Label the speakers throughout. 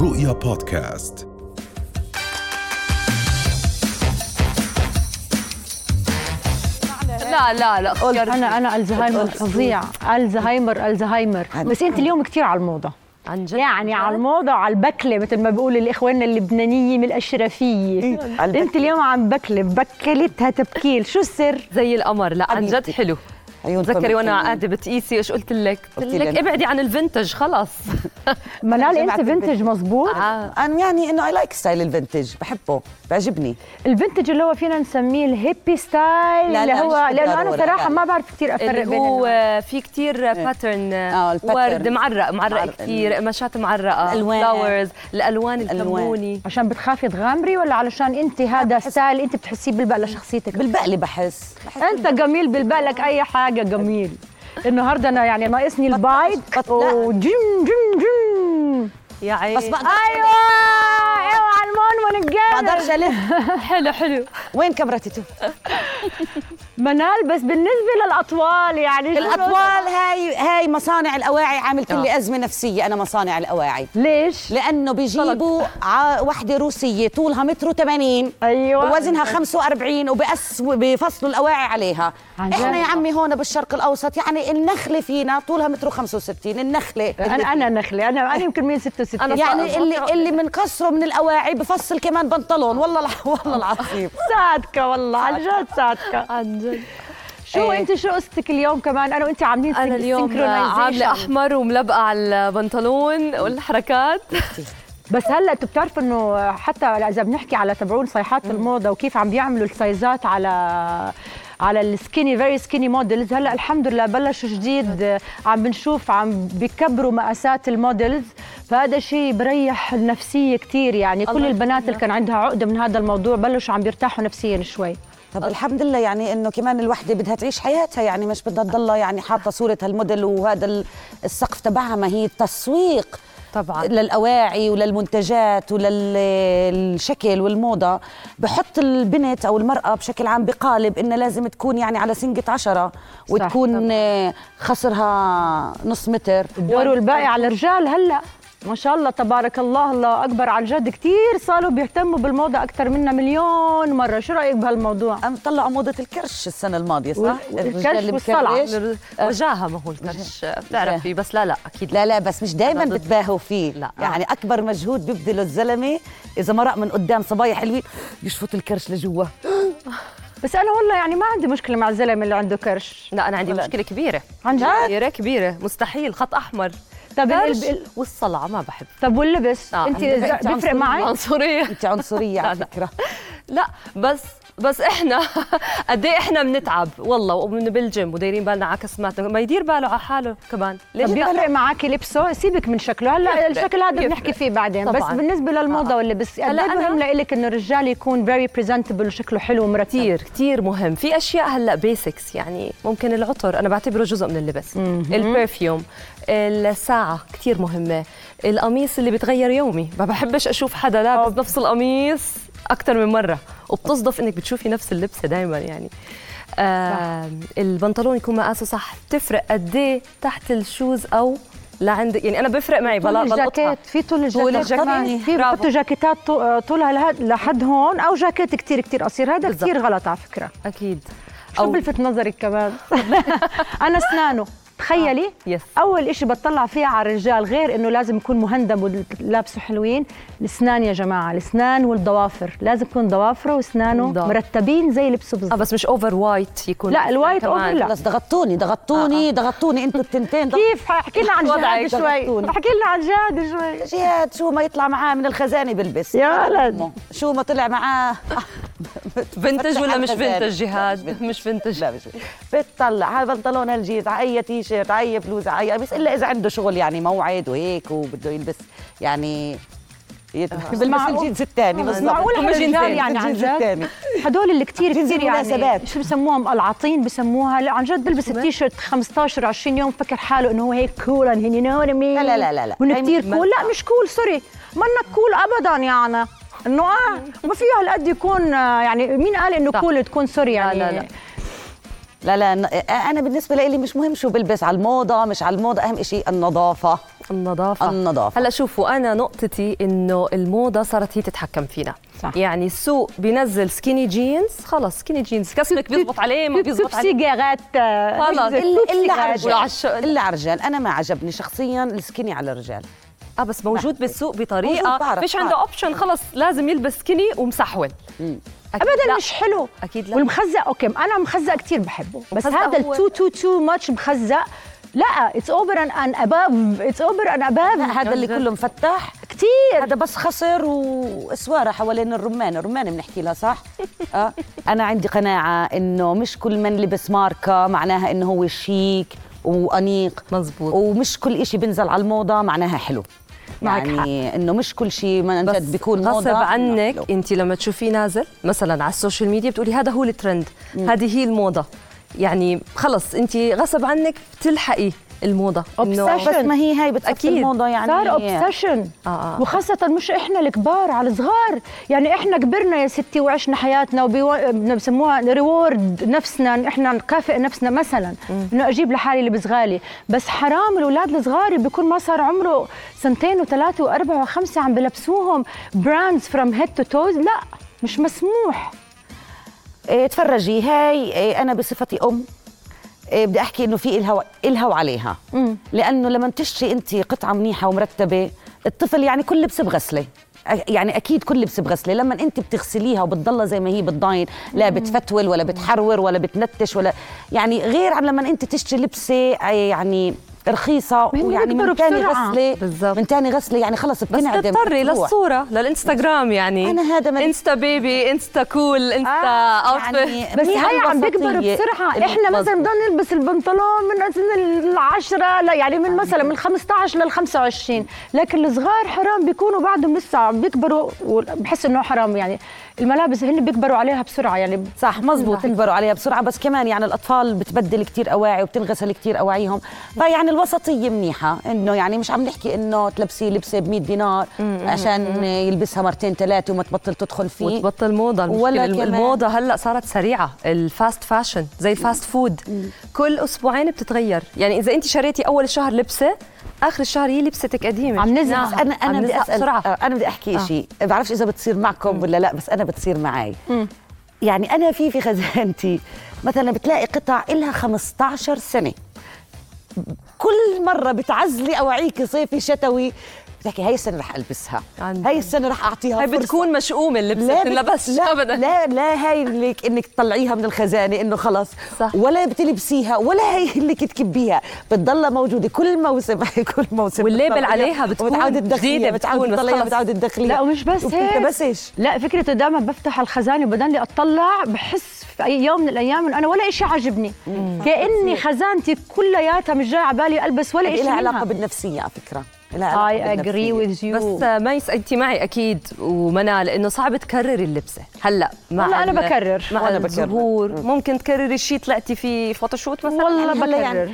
Speaker 1: رؤيا بودكاست
Speaker 2: لا لا لا
Speaker 3: قلت
Speaker 2: اختيار
Speaker 3: انا انا الزهايمر
Speaker 4: قلت.
Speaker 3: فظيع الزهايمر الزهايمر
Speaker 4: عن-
Speaker 3: بس انت اليوم كتير على الموضه
Speaker 2: عن جد
Speaker 3: يعني على الموضه وعلى البكله مثل ما بيقول الاخوان اللبنانيين من الاشرفيه
Speaker 4: إيه، على
Speaker 3: انت اليوم عم بكله بكلتها تبكيل شو السر
Speaker 2: زي القمر لا عن
Speaker 4: حبيبتي.
Speaker 2: جد حلو
Speaker 4: عيون
Speaker 2: تذكري
Speaker 4: فمك
Speaker 2: وانا
Speaker 4: حلوين.
Speaker 2: قاعده بتقيسي ايش قلت لك؟ قلت
Speaker 4: قلت
Speaker 2: لك
Speaker 4: لي.
Speaker 2: ابعدي عن الفنتج خلص
Speaker 3: منال انت
Speaker 4: جمعت البيت.
Speaker 3: فينتج مزبوط
Speaker 2: آه.
Speaker 4: انا يعني انه اي لايك ستايل الفنتج بحبه بعجبني
Speaker 3: الفنتج اللي هو فينا نسميه الهيبي ستايل
Speaker 4: لا،
Speaker 3: اللي
Speaker 4: لا،
Speaker 3: هو
Speaker 4: مش
Speaker 3: لانه انا
Speaker 4: بالضرورة،
Speaker 3: صراحه
Speaker 4: لا.
Speaker 3: ما بعرف كثير افرق
Speaker 2: اللي
Speaker 3: بين
Speaker 2: هو
Speaker 3: النوع.
Speaker 2: آه، في كتير باترن
Speaker 4: آه، الباترن.
Speaker 2: ورد معرق معرق
Speaker 4: معرق.
Speaker 2: كتير قماشات معرقه
Speaker 4: الألوان.
Speaker 2: فلاورز الالوان
Speaker 4: الألوان.
Speaker 2: الكموني
Speaker 3: عشان بتخافي تغامري ولا علشان انت هذا ستايل انت بتحسيه بالبقى لشخصيتك
Speaker 4: بالبقلي بحس بحس
Speaker 3: انت جميل بالبالك اي حاجه جميل النهارده انا يعني ناقصني البايض
Speaker 4: بطل-
Speaker 3: وجم جم جم
Speaker 2: يا عيني
Speaker 4: بس بقدر
Speaker 3: ايوه
Speaker 4: آه، إيه،
Speaker 3: اوعى المنمن الجامد
Speaker 4: بقدرش الف
Speaker 2: حلو حلو
Speaker 4: وين كاميرا تيتو
Speaker 3: منال بس بالنسبه للاطوال يعني شو
Speaker 4: الاطوال هاي هاي مصانع الاواعي عاملت لي
Speaker 2: آه.
Speaker 4: ازمه نفسيه انا مصانع الاواعي
Speaker 3: ليش؟
Speaker 4: لانه بيجيبوا ع- وحده روسيه طولها متر و80
Speaker 3: ايوه
Speaker 4: ووزنها 45 وبقس بفصلوا الاواعي عليها
Speaker 3: عن جد؟
Speaker 4: احنا يا عمي هون بالشرق الاوسط يعني النخله فينا طولها متر و65 النخله
Speaker 3: انا انا نخله انا انا يمكن 166
Speaker 2: أنا
Speaker 4: يعني
Speaker 2: صار-
Speaker 4: اللي اللي منكسره من الاواعي بفصل كمان بنطلون والله الع- والله العظيم
Speaker 3: صادقه والله عن جد صادقه
Speaker 2: عن جد
Speaker 3: شو
Speaker 4: إيه.
Speaker 3: انت شو قصتك اليوم كمان انا وانت عاملين
Speaker 2: انا اليوم عامله
Speaker 3: synchronization.
Speaker 2: احمر وملبقه على البنطلون والحركات
Speaker 3: بس هلا انتوا بتعرفوا انه حتى اذا بنحكي على تبعون صيحات الموضه وكيف عم بيعملوا السايزات على على السكيني فيري سكيني موديلز هلا الحمد لله بلشوا جديد عم بنشوف عم بكبروا مقاسات الموديلز فهذا شيء بريح النفسيه كثير يعني كل
Speaker 2: الله
Speaker 3: البنات
Speaker 2: يخليها.
Speaker 3: اللي كان عندها عقده من هذا الموضوع بلشوا عم بيرتاحوا نفسيا شوي
Speaker 4: طب الحمد لله يعني انه كمان الوحده بدها تعيش حياتها يعني مش بدها تضلها يعني حاطه صوره هالموديل وهذا ال- السقف تبعها ما هي تسويق
Speaker 2: طبعا
Speaker 4: للاواعي وللمنتجات وللشكل والموضه بحط البنت او المراه بشكل عام بقالب انها لازم تكون يعني على سنقه عشرة وتكون آه، خصرها نص متر
Speaker 3: دوروا الباقي على الرجال هلا ما شاء الله تبارك الله الله اكبر عن جد كثير صاروا بيهتموا بالموضه اكثر منا مليون مره شو رايك بهالموضوع
Speaker 4: قام طلعوا موضه الكرش السنه الماضيه صح؟
Speaker 3: وال-
Speaker 4: الرجال
Speaker 3: والكرش
Speaker 4: اللي
Speaker 3: والصلع.
Speaker 4: بكرش.
Speaker 2: وجاهه ما هو الكرش بتعرفي بس لا لا اكيد
Speaker 4: لا لا بس مش دائما
Speaker 2: أنا ضد.
Speaker 4: بتباهوا فيه
Speaker 2: لا.
Speaker 4: لا. يعني اكبر مجهود بيبذله الزلمه اذا مرق من قدام صبايا حلوين يشفط الكرش لجوا
Speaker 3: بس انا والله يعني ما عندي مشكله مع الزلمه اللي عنده كرش
Speaker 2: لا انا عندي
Speaker 4: لا.
Speaker 2: مشكله كبيره
Speaker 3: عن جد
Speaker 2: كبيره كبيره مستحيل خط احمر
Speaker 3: طب
Speaker 2: كرش
Speaker 3: ال- ال-
Speaker 2: والصلع ما بحب
Speaker 3: طب واللبس
Speaker 2: آه،
Speaker 3: انت
Speaker 2: عندك-
Speaker 3: إذا-
Speaker 2: أنت
Speaker 3: بيفرق معي
Speaker 2: عنصريه
Speaker 4: انت عنصريه
Speaker 2: لا،
Speaker 4: على
Speaker 2: لا.
Speaker 4: فكره
Speaker 2: لا بس بس احنا قد ايه احنا بنتعب والله ومن بالجيم ودايرين بالنا على كسماتنا ما يدير باله على حاله كمان ليش
Speaker 3: طب
Speaker 2: لا؟
Speaker 3: بيفرق معاكي لبسه سيبك من شكله هلا
Speaker 2: بيفرق،
Speaker 3: الشكل هذا
Speaker 2: بيفرق.
Speaker 3: بنحكي فيه بعدين
Speaker 2: طبعاً.
Speaker 3: بس بالنسبه للموضه
Speaker 2: آه.
Speaker 3: واللبس قد
Speaker 2: هلا
Speaker 3: ايه
Speaker 2: أنا-
Speaker 3: مهم لإلك انه الرجال يكون فيري بريزنتبل وشكله حلو ومرتب
Speaker 2: كتير كتير مهم في اشياء هلا بيسكس يعني ممكن العطر انا بعتبره جزء من اللبس البرفيوم الساعه كتير مهمه القميص اللي بتغير يومي ما بحبش اشوف حدا لابس نفس القميص اكثر من مره وبتصدف انك بتشوفي نفس اللبسه دائما يعني آه البنطلون يكون مقاسه صح بتفرق قد ايه تحت الشوز او لعند يعني انا بفرق معي
Speaker 3: طول
Speaker 2: بلا بلقطها
Speaker 3: الجاكيت في طول الجاكيت
Speaker 2: الجاكيت.
Speaker 3: كمان. في
Speaker 2: برافو.
Speaker 3: بحطوا جاكيتات طو- آه، طولها لهاد- لحد هون او جاكيت كتير كتير قصير هذا
Speaker 2: بالضبط.
Speaker 3: كتير غلط على فكره
Speaker 2: اكيد
Speaker 3: شو بلفت نظرك كمان انا اسنانه تخيلي
Speaker 2: يس
Speaker 3: اول إشي بطلع فيه على الرجال غير انه لازم يكون مهندم ولابسه حلوين الاسنان يا جماعه الاسنان والضوافر لازم يكون ضوافره واسنانه
Speaker 2: بالضبط.
Speaker 3: مرتبين زي لبسه
Speaker 2: اه
Speaker 3: بالضبط
Speaker 2: بس مش اوفر وايت يكون
Speaker 3: لا، الوايت
Speaker 2: كمان.
Speaker 3: أوفر لا. آه،
Speaker 4: خلص ضغطتوني ضغطتوني ضغطتوني انتوا التنتين ضغط-
Speaker 3: كيف احكي لنا عن
Speaker 2: وضعك
Speaker 3: جهاد شوي
Speaker 4: ضغطوني.
Speaker 3: احكي لنا عن جهاد شوي
Speaker 4: جهاد شو ما يطلع معاه من الخزانه بلبس
Speaker 3: يا ولد.
Speaker 4: أمه. شو ما طلع معاه
Speaker 2: فينتج ولا
Speaker 4: على
Speaker 2: مش
Speaker 4: الخزانة.
Speaker 2: فينتج
Speaker 4: لا، مش
Speaker 2: جهاد
Speaker 4: فينتج.
Speaker 2: مش فينتج
Speaker 4: لا مش بتطلع على بنطلون هالجيز على اي تي شيرت على اي بلوزه على اي بس الا اذا عنده شغل يعني موعد وهيك وبده يلبس يعني يت- بلبس
Speaker 3: آه. معقول- آه.
Speaker 4: الجينز الثاني بالضبط
Speaker 3: معقول على
Speaker 4: الجينز
Speaker 3: الرجال
Speaker 4: التاني،
Speaker 3: يعني عن
Speaker 4: الجينز
Speaker 3: جد؟
Speaker 4: التاني.
Speaker 3: هدول اللي كتير
Speaker 4: في
Speaker 3: كتير يعني
Speaker 4: مناسبات.
Speaker 3: شو بسموهم العاطين بسموها لا عن جد بلبس التيشيرت 15 20 يوم فكر حاله انه هو هيك كول اند هي نو
Speaker 4: لا لا لا لا لا
Speaker 3: وانه
Speaker 4: هي
Speaker 3: كثير
Speaker 4: ما-
Speaker 3: كول لا مش كول سوري منك كول ابدا يعني انه اه ما فيه هالقد يكون آه، يعني مين قال انه
Speaker 2: صح.
Speaker 3: كول تكون سوري يعني
Speaker 2: لا، لا.
Speaker 4: لا لا ن- انا بالنسبه لي مش مهم شو بلبس على الموضه مش على الموضه اهم شيء النظافه
Speaker 2: النظافه
Speaker 4: النظافة.
Speaker 2: هلا شوفوا انا نقطتي انه الموضه صارت هي تتحكم فينا
Speaker 3: صح.
Speaker 2: يعني السوق بينزل سكيني جينز خلص سكيني جينز كسبك بيزبط عليه ما بيزبط عليه
Speaker 3: سيجارات آه،
Speaker 2: خلص.
Speaker 4: الا إلا على
Speaker 2: سيجارة. وعلى الشغل.
Speaker 4: الرجال الا على الرجال انا ما عجبني شخصيا السكيني على الرجال
Speaker 2: اه بس موجود بالسوق
Speaker 4: موجود،
Speaker 2: بطريقه
Speaker 4: بعرف،
Speaker 2: فيش عنده
Speaker 4: بعرف.
Speaker 2: اوبشن خلص لازم يلبس سكيني ومسحول
Speaker 3: ابدا لا. مش حلو
Speaker 2: أكيد لا.
Speaker 3: والمخزق اوكي انا مخزق كثير بحبه بس
Speaker 2: مخزق
Speaker 3: هذا
Speaker 2: هو-
Speaker 3: التو تو تو ماتش مخزق لا اتس اوفر ان اباف اتس اوفر ان اباف
Speaker 4: هذا اللي كله مفتح
Speaker 3: كثير
Speaker 4: هذا بس خصر واسواره حوالين الرمان الرمان بنحكي لها صح اه انا عندي قناعه انه مش كل من لبس ماركه معناها انه هو شيك وانيق
Speaker 2: مزبوط.
Speaker 4: ومش كل إشي بنزل على الموضه معناها حلو
Speaker 3: معك
Speaker 4: يعني انه مش كل شيء ما عن
Speaker 2: بس
Speaker 4: جد بيكون موضه
Speaker 2: غصب
Speaker 4: إنه
Speaker 2: عنك
Speaker 4: حلو.
Speaker 2: انت لما تشوفيه نازل مثلا على السوشيال ميديا بتقولي هذا هو الترند هذه هي الموضه يعني خلص انت غصب عنك بتلحقي الموضه
Speaker 3: Obsession.
Speaker 4: بس ما هي هاي بتأكد
Speaker 2: أكيد.
Speaker 4: الموضه يعني
Speaker 3: صار اوبسيشن
Speaker 2: آه، آه.
Speaker 3: وخاصة مش احنا الكبار على الصغار يعني احنا كبرنا يا ستي وعشنا حياتنا وبسموها ريورد نفسنا إن احنا نكافئ نفسنا مثلا انه اجيب لحالي لبس غالي بس حرام الاولاد الصغار بيكون ما صار عمره سنتين وثلاثة واربعة وخمسة عم بلبسوهم براندز فروم هيد تو توز لا مش مسموح
Speaker 4: إيه تفرجي هاي إيه انا بصفتي ام إيه بدي احكي انه في الها الها وعليها لانه لما تشتري انت قطعه منيحه ومرتبه الطفل يعني كل لبس بغسله أ- يعني اكيد كل لبس بغسله لما انت بتغسليها وبتضلها زي ما هي بتضاين لا بتفتول ولا بتحرور ولا بتنتش ولا يعني غير عن لما انت تشتري لبسه آه، يعني رخيصه
Speaker 3: هن
Speaker 4: ويعني
Speaker 3: بيكبروا
Speaker 4: من تاني
Speaker 3: بسرعة.
Speaker 4: غسله
Speaker 2: بالظبط.
Speaker 4: من تاني غسله يعني خلص
Speaker 2: بس
Speaker 4: بتنعدم
Speaker 2: تضطري
Speaker 4: بتروح.
Speaker 2: للصوره للانستغرام يعني
Speaker 4: أنا هذا ما-
Speaker 2: انستا بيبي انستا كول انستا
Speaker 4: آه،
Speaker 2: اوتفيت
Speaker 4: يعني
Speaker 2: يعني
Speaker 3: بس
Speaker 4: منيحة
Speaker 3: هي عم بيكبروا
Speaker 4: البسطية.
Speaker 3: بسرعه احنا مثلا
Speaker 2: مظبوط.
Speaker 3: بدنا نلبس البنطلون من سن العشرة لا يعني من مثلا من 15 لل 25 لكن الصغار حرام بيكونوا بعدهم لسه عم بيكبروا وبحس انه حرام يعني الملابس هن بيكبروا عليها بسرعه يعني
Speaker 4: صح مزبوط تكبروا عليها بسرعه بس كمان يعني الاطفال بتبدل كتير اواعي وبتنغسل كتير اواعيهم فيعني الوسطيه منيحه انه يعني مش عم نحكي انه تلبسي لبسه ب 100 دينار عشان يلبسها مرتين ثلاثه وما تبطل تدخل فيه
Speaker 2: وتبطل موضه المشكله
Speaker 4: ولا
Speaker 2: الم-
Speaker 4: كمان.
Speaker 2: الموضه هلا صارت سريعه الفاست فاشن زي الفاست فود كل اسبوعين بتتغير يعني اذا انت شريتي اول الشهر لبسه اخر الشهر هي لبستك قديمه
Speaker 3: عم نزهق.
Speaker 2: نعم.
Speaker 4: بس انا انا
Speaker 2: عم
Speaker 4: بدي
Speaker 2: نزهق
Speaker 4: اسال
Speaker 2: بسرعه
Speaker 4: آه، انا بدي احكي شيء بعرفش اذا بتصير معكم ولا لا بس انا بتصير معي يعني انا في في خزانتي مثلا بتلاقي قطع إلها 15 سنه كل مره بتعزلي اواعيك صيفي شتوي بتحكي هاي السنه رح البسها
Speaker 2: عن
Speaker 4: هاي السنه رح اعطيها
Speaker 2: هاي
Speaker 4: فرصة.
Speaker 2: بتكون مشؤومه اللبسه
Speaker 4: بت-
Speaker 2: بتنلبس
Speaker 4: لا
Speaker 2: ابدا
Speaker 4: لا لا هاي اللي ك- انك تطلعيها من الخزانه انه خلص
Speaker 2: صح.
Speaker 4: ولا بتلبسيها ولا هي اللي تكبيها بتضلها موجوده كل موسم كل موسم
Speaker 2: والليبل
Speaker 4: بتطلعيها
Speaker 2: عليها بتكون
Speaker 4: وبتعود الداخلية
Speaker 2: جديدة،
Speaker 4: بتعود
Speaker 2: بتكون بس
Speaker 4: تطلعيها
Speaker 2: خلص.
Speaker 4: بتعود الداخلية
Speaker 3: لا ومش بس هيك
Speaker 4: بتلبسش
Speaker 3: لا فكرة دائما بفتح الخزانة وبدني أطلع بحس في أي يوم من الأيام إنه أنا ولا إشي عاجبني كأني خزانتي كلياتها مش جاي على بالي ألبس ولا إشي
Speaker 4: لها علاقه
Speaker 3: منها
Speaker 4: بالنفسيه على فكره لها علاقة
Speaker 3: I agree
Speaker 4: بالنفسية.
Speaker 3: with you
Speaker 2: بس آه، ميس انت معي اكيد ومنال انه صعب تكرري اللبسه هلا مع
Speaker 3: والله أنا
Speaker 2: ال-
Speaker 3: بكرر.
Speaker 2: مع
Speaker 4: وأنا بكرر.
Speaker 2: الظهور ممكن تكرري شيء طلعتي فيه فوتوشوت مثلا
Speaker 3: والله
Speaker 4: هلا
Speaker 3: بكرر
Speaker 4: يعني-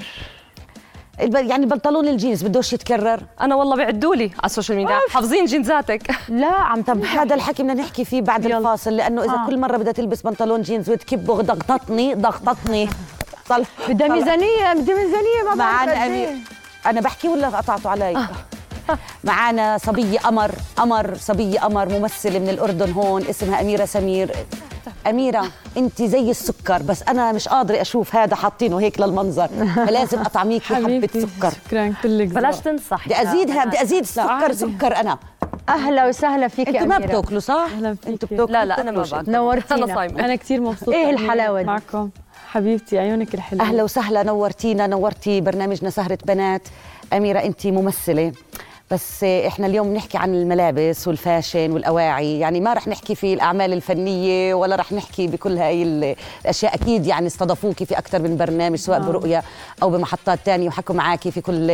Speaker 4: الب- يعني بنطلون الجينز بدوش يتكرر
Speaker 2: انا والله بعدوا لي على السوشيال ميديا حافظين جينزاتك
Speaker 3: لا عم
Speaker 4: طب هذا الحكي بدنا نحكي فيه بعد
Speaker 3: يلا.
Speaker 4: الفاصل لانه اذا
Speaker 3: آه.
Speaker 4: كل مره بدها تلبس بنطلون جينز وتكبه ضغطتني ضغطتني طلع
Speaker 3: بدها ميزانية بدها ميزانية ما بعرف قد
Speaker 4: معانا
Speaker 3: إيه.
Speaker 4: أمير أنا بحكي ولا قطعتوا
Speaker 2: آه.
Speaker 4: علي؟ معانا صبية قمر قمر صبية قمر ممثلة من الأردن هون اسمها أميرة سمير أميرة أنت زي السكر بس أنا مش قادرة أشوف هذا حاطينه هيك للمنظر فلازم أطعميك حبة سكر
Speaker 1: شكرا كلك
Speaker 2: بلاش تنصح
Speaker 4: بدي أزيدها بدي أزيد سكر
Speaker 1: عادي.
Speaker 4: سكر أنا
Speaker 3: أهلا وسهلا فيك
Speaker 4: أنتوا
Speaker 3: يا
Speaker 4: ما
Speaker 3: أميرة.
Speaker 4: بتاكلوا صح؟
Speaker 1: أهلا فيكي.
Speaker 4: أنتوا بتاكلوا
Speaker 2: لا لا انا ما
Speaker 4: بتاكلوش.
Speaker 2: باكل
Speaker 3: نورتينا.
Speaker 2: انا صايمه
Speaker 1: انا كتير مبسوطه
Speaker 3: إيه
Speaker 1: إني
Speaker 3: الحلاوة دي؟
Speaker 1: معكم حبيبتي عيونك الحلوه
Speaker 4: اهلا وسهلا نورتينا نورتي برنامجنا سهره بنات اميره انت ممثله بس احنا اليوم بنحكي عن الملابس والفاشن والاواعي يعني ما رح نحكي في الاعمال الفنيه ولا رح نحكي بكل هاي ال- الاشياء اكيد يعني استضافوكي في اكثر من برنامج سواء برؤيا او بمحطات تانية وحكوا معاكي في كل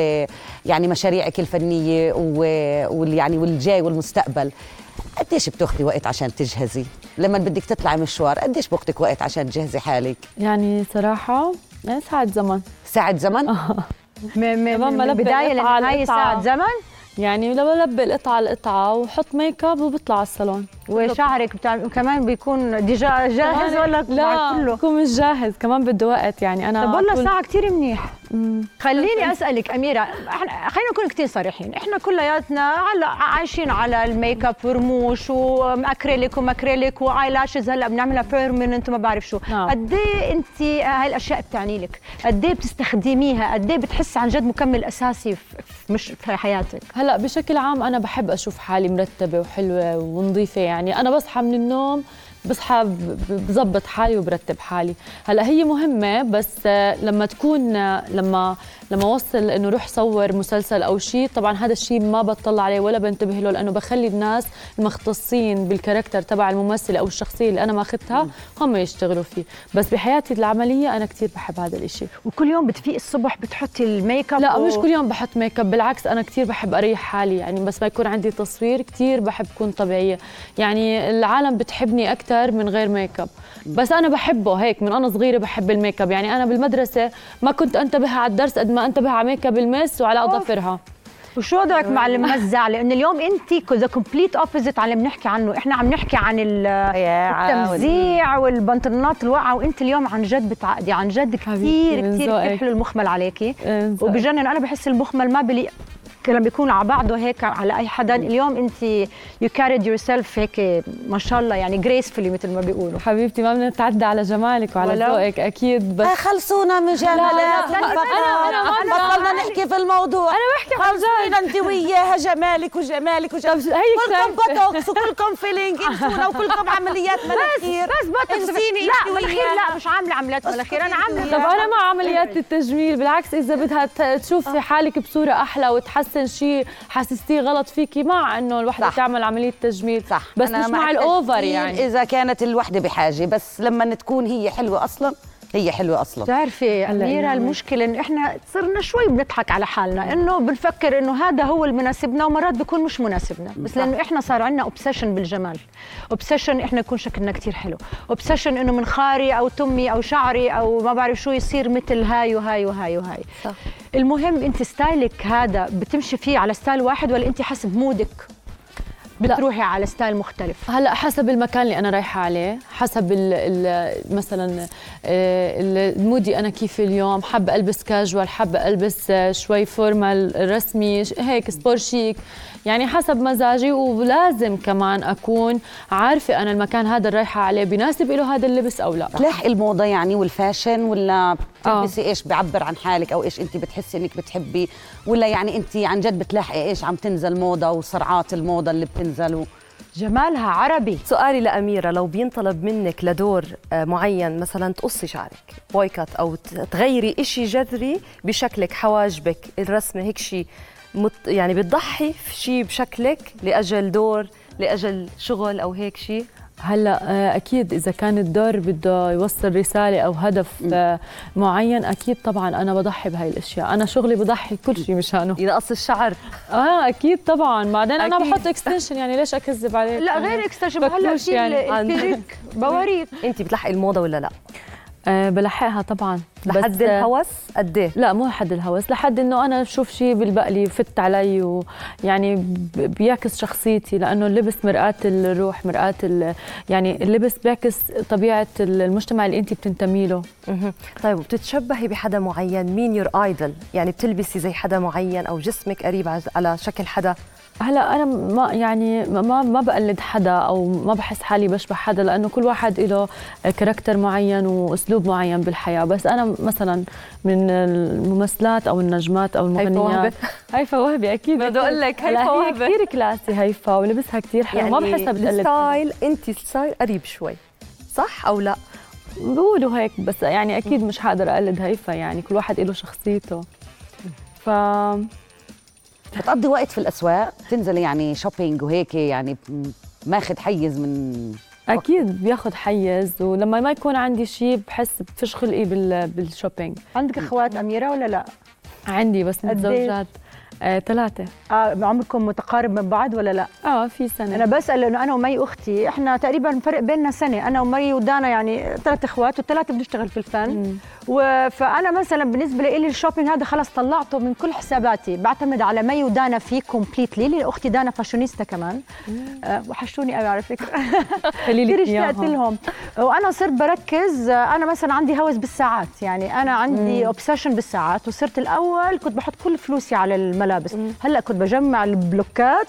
Speaker 4: يعني مشاريعك الفنيه و- وال يعني والجاي والمستقبل قديش بتاخذي وقت عشان تجهزي لما بدك تطلعي مشوار قديش بوقتك وقت عشان تجهزي حالك
Speaker 1: يعني صراحه يعني ساعة زمن
Speaker 4: ساعه زمن
Speaker 3: من- من
Speaker 1: تمام،
Speaker 3: من
Speaker 1: ملبق
Speaker 3: البداية
Speaker 1: القطعة على
Speaker 3: للنهاية
Speaker 1: القطعة.
Speaker 3: ساعة زمن
Speaker 1: يعني لو بلبق القطعه على القطعه وحط ميك اب وبطلع على الصالون
Speaker 3: وشعرك بتاع كمان بيكون ديجا جاهز ولا
Speaker 1: يعني لا
Speaker 3: مع كله
Speaker 1: كله مش جاهز كمان بده وقت يعني انا
Speaker 3: طب والله
Speaker 1: طول-
Speaker 3: ساعة كتير منيح
Speaker 1: مم.
Speaker 3: خليني اسالك اميره احنا خلينا نكون كتير صريحين احنا كلياتنا على عايشين على الميك اب ورموش واكريليك وماكريليك واي لاشز هلا بنعملها بيرمننت ما بعرف شو
Speaker 1: نعم.
Speaker 3: قد ايه انت هاي الاشياء بتعني لك قد ايه بتستخدميها قد ايه بتحسي عن جد مكمل اساسي في في- مش في حياتك
Speaker 1: هلا بشكل عام انا بحب اشوف حالي مرتبه وحلوه ونظيفه يعني انا بصحى من النوم بصحى ب- ب- بظبط حالي وبرتب حالي هلا هي مهمه بس آه، لما تكون آه، لما لما اوصل انه روح صور مسلسل او شيء طبعا هذا الشيء ما بطلع عليه ولا بنتبه له لانه بخلي الناس المختصين بالكاركتر تبع الممثله او الشخصيه اللي انا ماخذتها هم يشتغلوا فيه بس بحياتي العمليه انا كثير بحب هذا الشيء
Speaker 3: وكل يوم بتفيقي الصبح بتحطي الميك اب
Speaker 1: لا
Speaker 3: و-
Speaker 1: مش كل يوم بحط ميك اب بالعكس انا كثير بحب اريح حالي يعني بس ما يكون عندي تصوير كثير بحب اكون طبيعيه يعني العالم بتحبني اكثر من غير ميك اب بس انا بحبه هيك من انا صغيره بحب الميك اب يعني انا بالمدرسه ما كنت انتبه على الدرس قد ما انتبه على ميك اب المس وعلى اظافرها
Speaker 3: وشو وضعك مع
Speaker 1: أيوة.
Speaker 3: الممزع لان اليوم انت ذا كومبليت اوبوزيت عن اللي بنحكي عنه احنا عم نحكي عن ال- التمزيع والبنطلونات الواقعه وانت اليوم عن جد بتعقدي عن جد
Speaker 1: حبيبتي،
Speaker 3: كثير
Speaker 1: من
Speaker 3: كثير كثير
Speaker 1: ذوقك.
Speaker 3: حلو المخمل عليكي
Speaker 1: إيه، صح.
Speaker 3: وبجنن انا بحس المخمل ما بليق لما بيكون على بعضه هيك على اي حدا اليوم انت يو كاريد يور سيلف هيك ما شاء الله يعني جريسفلي مثل ما بيقولوا
Speaker 1: حبيبتي ما بنتعدى على جمالك وعلى
Speaker 3: ولو؟
Speaker 1: ذوقك اكيد بس
Speaker 4: آه، خلصونا من جمالات
Speaker 1: لا، لا،
Speaker 4: وبطلنا-
Speaker 1: أنا- أنا ما
Speaker 4: بطلنا نحكي في الموضوع
Speaker 1: انا بحكي عن
Speaker 4: خلصونا انت وياها جمالك وجمالك وجمالك
Speaker 1: طب هي
Speaker 4: كلكم
Speaker 1: كتير.
Speaker 4: بوتوكس وكلكم فيلينج انسونا وكلكم عمليات مناخير
Speaker 3: بس بوتوكس
Speaker 4: انسيني
Speaker 3: لا
Speaker 4: انت
Speaker 3: مناخير
Speaker 4: وياها.
Speaker 3: لا مش عامله عمليات مناخير انا عامله
Speaker 1: طب انا مع عمليات
Speaker 4: إيه.
Speaker 1: التجميل بالعكس اذا بدها ت- تشوفي
Speaker 4: آه.
Speaker 1: حالك بصوره احلى وتحسن شيء حسستيه غلط فيكي مع انه الوحده
Speaker 4: صح.
Speaker 1: تعمل عمليه تجميل
Speaker 4: صح
Speaker 1: بس
Speaker 4: أنا إيه،
Speaker 1: مش مع
Speaker 4: التسجيل
Speaker 1: الاوفر يعني
Speaker 4: اذا كانت الوحده بحاجه بس لما تكون هي حلوه اصلا هي حلوه اصلا
Speaker 3: بتعرفي
Speaker 1: هلا
Speaker 3: أميرة
Speaker 1: يعني.
Speaker 3: المشكلة إنه إحنا صرنا شوي بنضحك على حالنا إنه بنفكر إنه هذا هو اللي مناسبنا ومرات بيكون مش مناسبنا بس لأنه إحنا صار عندنا أوبسيشن بالجمال أوبسيشن إحنا يكون شكلنا كتير حلو أوبسيشن إنه منخاري أو تمي أو شعري أو ما بعرف شو يصير مثل هاي وهاي وهاي وهاي
Speaker 2: صح.
Speaker 3: المهم أنت ستايلك هذا بتمشي فيه على ستايل واحد ولا أنت حسب مودك
Speaker 1: لا.
Speaker 3: بتروحي على ستايل مختلف
Speaker 1: هلا حسب المكان اللي انا رايحه عليه حسب ال ال مثلا آه، ال- مودي انا كيف اليوم حابه البس كاجوال حابه البس آه، شوي فورمال رسمي ش- هيك سبور شيك يعني حسب مزاجي ولازم كمان اكون عارفه انا المكان هذا اللي رايحه عليه بيناسب له هذا اللبس او لا
Speaker 4: تلاحقي الموضه يعني والفاشن ولا
Speaker 1: آه.
Speaker 4: بتلبسي ايش بيعبر عن حالك او ايش انت بتحسي انك بتحبي ولا يعني انت عن جد بتلاحقي ايش عم تنزل موضه وسرعات الموضه اللي بتنزل و...
Speaker 3: جمالها عربي
Speaker 2: سؤالي لأميرة لو بينطلب منك لدور آه، معين مثلا تقصي شعرك بويكات أو ت- تغيري إشي جذري بشكلك حواجبك الرسمة هيك شيء مت يعني بتضحي في شيء بشكلك لأجل دور لأجل شغل أو هيك شيء
Speaker 1: هلا آه، اكيد اذا كان الدور بده يوصل رساله او هدف آه، معين اكيد طبعا انا بضحي بهاي الاشياء انا شغلي بضحي كل شيء مشانه
Speaker 2: إذا قص الشعر
Speaker 1: اه اكيد طبعا بعدين انا
Speaker 2: أكيد.
Speaker 1: بحط اكستنشن يعني ليش اكذب عليك
Speaker 3: لا غير اكستشف هلا
Speaker 1: بكلوش
Speaker 3: في
Speaker 1: يعني.
Speaker 3: ال- الكليك بوريك
Speaker 2: أنت بتلحقي الموضة ولا لا
Speaker 1: آه بلحقها طبعا
Speaker 2: لحد
Speaker 1: بس، آه،
Speaker 2: الهوس قد إيه
Speaker 1: لا مو لحد الهوس لحد انه انا بشوف شيء بالبقلي فت علي ويعني ب- بيعكس شخصيتي لانه اللبس مرآة الروح مرآة ال- يعني اللبس بيعكس طبيعه المجتمع اللي انت بتنتمي له
Speaker 2: مهم. طيب وبتتشبهي بحدا معين مين يور ايدل يعني بتلبسي زي حدا معين او جسمك قريب على- على شكل حدا
Speaker 1: هلا انا ما يعني ما ما بقلد حدا او ما بحس حالي بشبه حدا لانه كل واحد له كاركتر معين واسلوب معين بالحياه بس انا مثلا من الممثلات او النجمات او
Speaker 2: هيفا وهبي.
Speaker 1: المغنيات هيفا وهبي اكيد
Speaker 2: بدي أقول لك هيفا
Speaker 1: هلا هي
Speaker 2: وهبي.
Speaker 1: كثير كلاسي هيفا ولبسها كثير حلو يعني ما بحسها بتقلد حدا.
Speaker 2: ستايل انت ستايل قريب شوي صح او لا
Speaker 1: بقولوا هيك بس يعني اكيد مش حقدر اقلد هيفا يعني كل واحد له شخصيته ف
Speaker 4: بتقضي وقت في الاسواق تنزلي يعني شوبينج وهيك يعني م- ماخد حيز من
Speaker 1: اكيد بياخد حيز ولما ما يكون عندي شيء بحس بفش خلقي بال... بالشوبينج
Speaker 3: عندك اخوات اميره ولا لا؟
Speaker 1: عندي بس
Speaker 3: قد إيه؟
Speaker 1: متزوجات ثلاثة
Speaker 3: آه عمركم متقارب من بعض ولا لا؟
Speaker 1: اه في سنة
Speaker 3: انا بسال لانه انا ومي اختي احنا تقريبا فرق بيننا سنه انا ومي ودانا يعني ثلاث اخوات والثلاثه بنشتغل في الفن و- فانا مثلا بالنسبه لي الشوبينج هذا خلاص طلعته من كل حساباتي بعتمد على مي ودانا فيه كومبليتلي لان اختي دانا فاشونيستا كمان أه وحشوني قوي على فكره
Speaker 1: خلي لك
Speaker 3: كثير
Speaker 1: إياها.
Speaker 3: اشتقت لهم وانا صرت بركز آه، انا مثلا عندي هوس بالساعات يعني انا عندي اوبسيشن بالساعات وصرت الاول كنت بحط كل فلوسي على الملابس هلا كنت بجمع البلوكات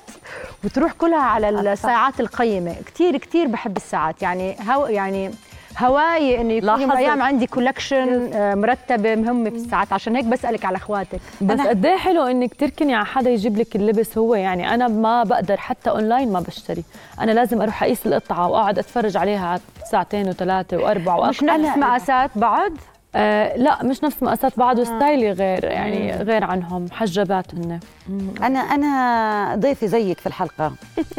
Speaker 3: وتروح كلها على الساعات القيمه كثير كثير بحب الساعات يعني هو يعني هواي انه يكون يوم من
Speaker 2: لاحظت.
Speaker 3: الايام عندي كولكشن آه، مرتبه مهمه في الساعات عشان هيك بسالك على اخواتك
Speaker 1: بس
Speaker 4: أنا-
Speaker 1: قد ايه حلو انك تركني على حدا يجيب لك اللبس هو يعني انا ما بقدر حتى اونلاين ما بشتري انا لازم اروح اقيس القطعه واقعد اتفرج عليها ساعتين وثلاثه واربع
Speaker 3: مش
Speaker 1: واقنع
Speaker 3: نفس مقاسات بعض آه.
Speaker 1: آه لا مش نفس مقاسات بعض وستايلي غير يعني غير عنهم حجبات هن
Speaker 4: انا انا ضيفي زيك في الحلقه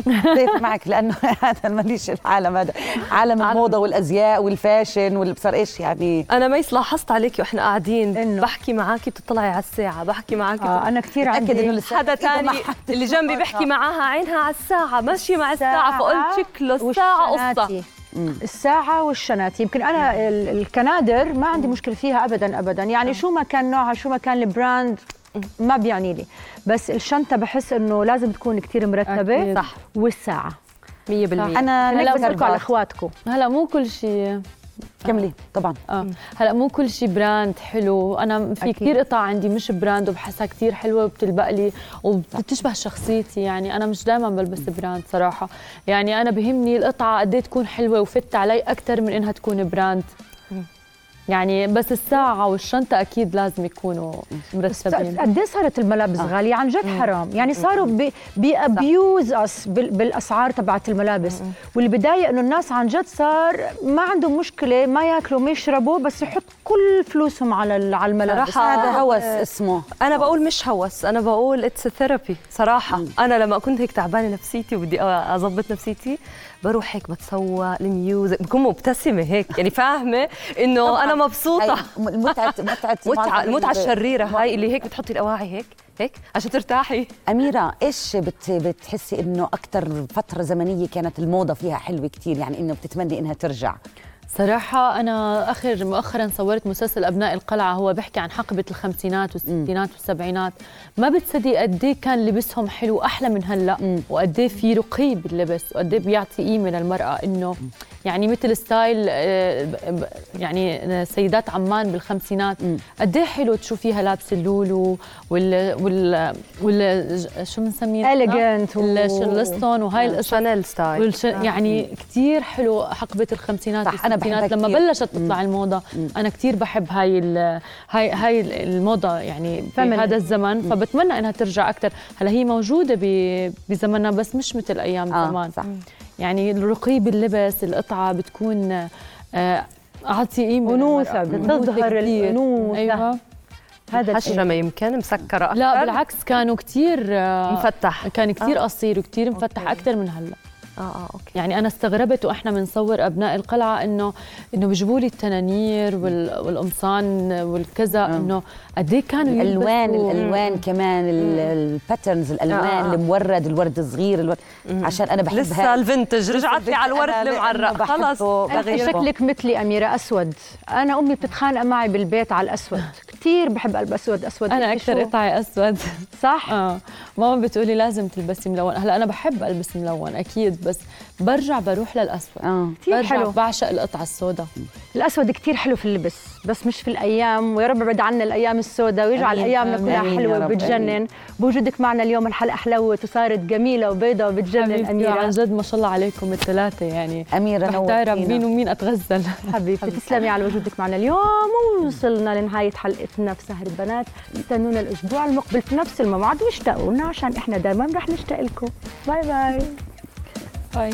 Speaker 4: ضيفي معك لانه هذا ماليش العالم هذا عالم الموضه والازياء والفاشن واللي بصير ايش يعني
Speaker 2: انا ميس لاحظت عليك واحنا قاعدين
Speaker 3: إنه.
Speaker 2: إنه. بحكي معاكي بتطلعي على الساعه بحكي معاكي
Speaker 3: آه انا كثير
Speaker 4: متأكد
Speaker 3: عندي
Speaker 4: إنه لسه
Speaker 2: حدا
Speaker 4: إذا ما
Speaker 2: تاني
Speaker 4: حد
Speaker 2: اللي جنبي بحكي معاها عينها على الساعة ماشية مع الساعة فقلت شكله الساعة قصة
Speaker 3: والشناتي. الساعة والشناتي يمكن أنا ال- الكنادر ما عندي مشكلة فيها أبدا أبدا يعني شو ما كان نوعها شو ما كان البراند ما بيعني لي بس الشنطة بحس إنه لازم تكون كتير مرتبة
Speaker 1: أكيد.
Speaker 2: صح.
Speaker 3: والساعة
Speaker 2: 100%
Speaker 4: انا
Speaker 3: هلا
Speaker 4: لك
Speaker 3: بسألكم على
Speaker 4: كربات.
Speaker 3: إخواتكم
Speaker 1: هلا مو كل شيء
Speaker 4: كملي طبعا
Speaker 1: اه هلا مو كل شيء براند حلو انا في
Speaker 3: أكيد.
Speaker 1: كثير قطع عندي مش براند وبحسها كثير حلوه وبتلبق لي وبتشبه شخصيتي يعني انا مش دائما بلبس براند صراحه يعني انا بهمني القطعه قد إيه تكون حلوه وفت علي اكثر من انها تكون براند يعني بس الساعة والشنطة أكيد لازم يكونوا مرتبين
Speaker 3: قد ايه صارت الملابس غاليه عن جد حرام يعني صاروا بي بيابيوز اس بال- بالاسعار تبعت الملابس واللي بضايق انه الناس عن جد صار ما عندهم مشكله ما ياكلوا ما يشربوا بس يحط كل فلوسهم على ال- على الملابس
Speaker 4: بس هذا هوس اسمه
Speaker 2: أنا بقول مش هوس أنا بقول اتس ثيرابي صراحة
Speaker 4: مم.
Speaker 2: أنا لما كنت هيك تعبانة نفسيتي وبدي أ- أظبط نفسيتي بروح هيك بتسوق الميوزك بكون مبتسمة هيك يعني فاهمة إنه أنا مبسوطة
Speaker 4: هاي متعه متعه
Speaker 2: متعة المتعة
Speaker 4: معظم-
Speaker 2: الشريرة هاي اللي هيك بتحطي الأواعي هيك هيك عشان ترتاحي
Speaker 4: أميرة إيش بت بتحسي إنه أكتر فترة زمنية كانت الموضة فيها حلوة كتير يعني إنه بتتمني إنها ترجع
Speaker 1: صراحة أنا آخر مؤخرا صورت مسلسل أبناء القلعة هو بحكي عن حقبة الخمسينات والستينات والسبعينات ما بتصدق قد إيه كان لبسهم حلو أحلى من هلا وقد إيه في رقي باللبس وقد إيه بيعطي قيمة للمرأة إنه يعني مثل ستايل آه، ب- ب- يعني سيدات عمان بالخمسينات قد إيه حلو تشوفيها لابسة اللولو وال وال وال شو بنسميها
Speaker 3: Elegant و- آه،
Speaker 1: الشلستون وهاي القصص
Speaker 2: شانيل
Speaker 4: طيب.
Speaker 2: ستايل
Speaker 1: والش... يعني كثير حلو حقبه الخمسينات
Speaker 4: آه. صح، أنا
Speaker 1: والستينات
Speaker 4: بحبها
Speaker 1: لما
Speaker 4: كتير.
Speaker 1: بلشت تطلع الموضه انا كثير بحب هاي ال... هاي هاي ال- الموضه يعني في
Speaker 3: Feminine.
Speaker 1: هذا الزمن فبتمنى انها ترجع اكثر هلا هي موجوده ب... بزمننا بس مش مثل ايام
Speaker 4: آه،
Speaker 1: زمان
Speaker 4: صح.
Speaker 1: يعني الرقي باللبس القطعه بتكون آه، أعطي قيمة
Speaker 3: أنوثة،
Speaker 1: للمرأة.
Speaker 3: بتظهر
Speaker 1: أنوثة كتير.
Speaker 3: الأنوثة.
Speaker 1: أيوة.
Speaker 3: هذا الشيء.
Speaker 2: حشرة يمكن مسكرة أكتر
Speaker 1: لا بالعكس كانوا كثير
Speaker 2: مفتح
Speaker 1: كان كثير
Speaker 4: آه.
Speaker 1: قصير وكثير مفتح أكثر من هلا
Speaker 2: اه اه اوكي
Speaker 1: يعني انا استغربت واحنا بنصور ابناء القلعه انه انه بيجيبوا لي التنانير وال- والقمصان والكذا انه قد ايه كانوا
Speaker 4: الألوان
Speaker 1: يلبسوا.
Speaker 4: الألوان كمان ال- الباترنز الألوان
Speaker 2: آه.
Speaker 4: المورد الورد الصغير الورد عشان أنا بحب
Speaker 2: لسه
Speaker 4: هاي-
Speaker 2: الفنتج رجعت لي على
Speaker 4: أنا
Speaker 2: الورد
Speaker 4: لأنه
Speaker 2: المعرق
Speaker 4: بحبه
Speaker 2: خلص
Speaker 3: انت
Speaker 4: بغيره.
Speaker 3: شكلك مثلي اميره اسود انا امي بتتخانق معي بالبيت على الاسود كثير بحب البس اسود اسود
Speaker 1: انا
Speaker 3: أنت
Speaker 1: اكثر
Speaker 3: شو؟
Speaker 1: قطعي اسود
Speaker 3: صح
Speaker 1: اه ماما بتقولي لازم تلبسي ملون هلا انا بحب البس ملون اكيد بس برجع بروح للاسود
Speaker 4: آه.
Speaker 3: كتير
Speaker 1: برجع
Speaker 3: حلو.
Speaker 1: بعشق القطعه السوداء
Speaker 3: الاسود كثير حلو في اللبس بس مش في الايام ويا رب ابعد عنا الايام السوداء ويجعل
Speaker 4: آمين،
Speaker 3: ايامنا
Speaker 4: آمين،
Speaker 3: كلها
Speaker 4: آمين يا
Speaker 3: حلوه
Speaker 4: رب،
Speaker 3: وبتجنن
Speaker 4: آمين.
Speaker 3: بوجودك معنا اليوم الحلقه حلوت وصارت جميله وبيضة وبتجنن
Speaker 1: حبيبتي عن
Speaker 3: اميره
Speaker 1: جد ما شاء الله عليكم الثلاثه يعني
Speaker 4: أميرة
Speaker 1: محتاره
Speaker 4: نورتينا.
Speaker 1: مين ومين اتغزل
Speaker 3: حبيبتي تسلمي على وجودك معنا اليوم ووصلنا لنهايه حلقتنا في سهر البنات استنونا الاسبوع المقبل في نفس الموعد واشتاقوا لنا عشان احنا دائما رح نشتاق لكم باي باي
Speaker 1: باي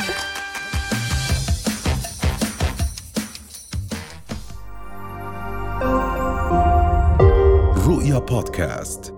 Speaker 5: رؤيا بودكاست